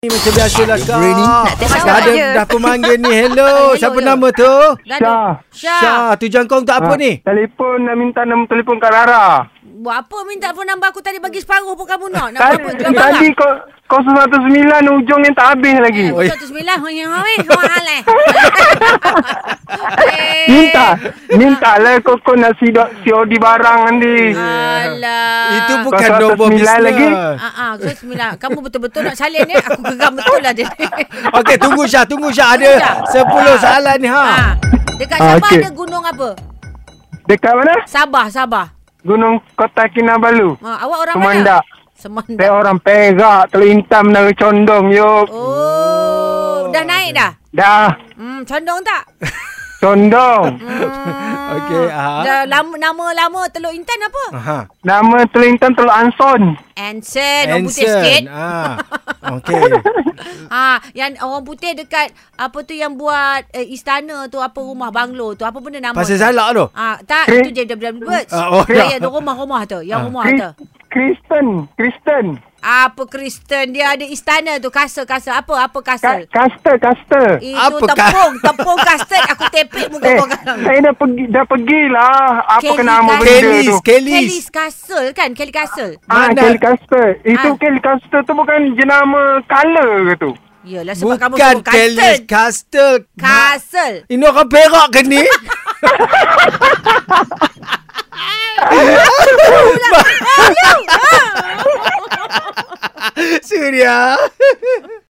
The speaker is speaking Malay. Ni Macam biasa lah kak Bra ni. tersawat Dah ada je. dah pemanggil ni Hello Hello, Siapa hello. nama tu Gaduh. Syah. Syah Tujuan kau untuk apa Ah, ni Telefon nak minta nombor telefon Kak Rara. Buat apa minta phone number aku tadi bagi separuh pun kamu nak. Nak buat apa? Tadi, Jual barang. tadi kau, kau 119 ujung yang tak habis lagi. Eh, Oi. Betul tu sembilan. Hoi, hoi, hoi, alai. Eh. Minta. Minta lah kau, kau nak sidok COD barang nanti. Ah. Eh, Alah. Itu bukan Kau nombor 109 bisnes lagi lagi? Ah, ah, so sembilan. Kamu betul-betul nak salin ni. Aku geram betul lah dia. Okey tunggu Syah Tunggu Syah ada Syah. 10 soalan ni ha Ah, dekat Ah, Sabah okey. ada gunung apa? Dekat mana? Sabah, Sabah. Gunung Kota Kinabalu. Ah, awak orang Semandak. mana? Semandak. Saya orang perak, terlintam dari condong, yuk. Oh, dah naik dah? Dah, Hmm, condong tak? condong. Hmm. Okey, ah. Dah lama, nama lama Teluk Intan apa? Aha. Nama terlintam Teluk Anson. Anson, orang Eh, putih sikit. ah. Okey Ah, yang orang putih dekat apa tu yang buat eh, istana tu apa rumah banglo tu apa benda nama? Pasal tu? salak tu Ah, tak Kri- itu je dia Birds. Ah, oh, ya, ya. ya, tu rumah-rumah tu, yang Ah. rumah tu. Kri- Kristen. Kristen. Apa Kristen dia ada istana tu, kasel-kasel apa apa Ka- kasel. Kaster, Kaster. Itu Apa ka- tepung, tepung custard aku tepek muka Eh, kau kan. sekarang. saya dah pergi dah pergilah. Apa Kelly ke nama Custer. benda Kelly's tu? Kelly's Kelly's Castle kan, Kelly Castle. Ah, Mana? Kelly Custer. Itu Ah. Kelly Custer tu bukan jenama colour ke tu? Yalah sebab kamu Bukan suruh Kelly's Castle. Castle Ma- Castle. Ini orang perak ke ni Surya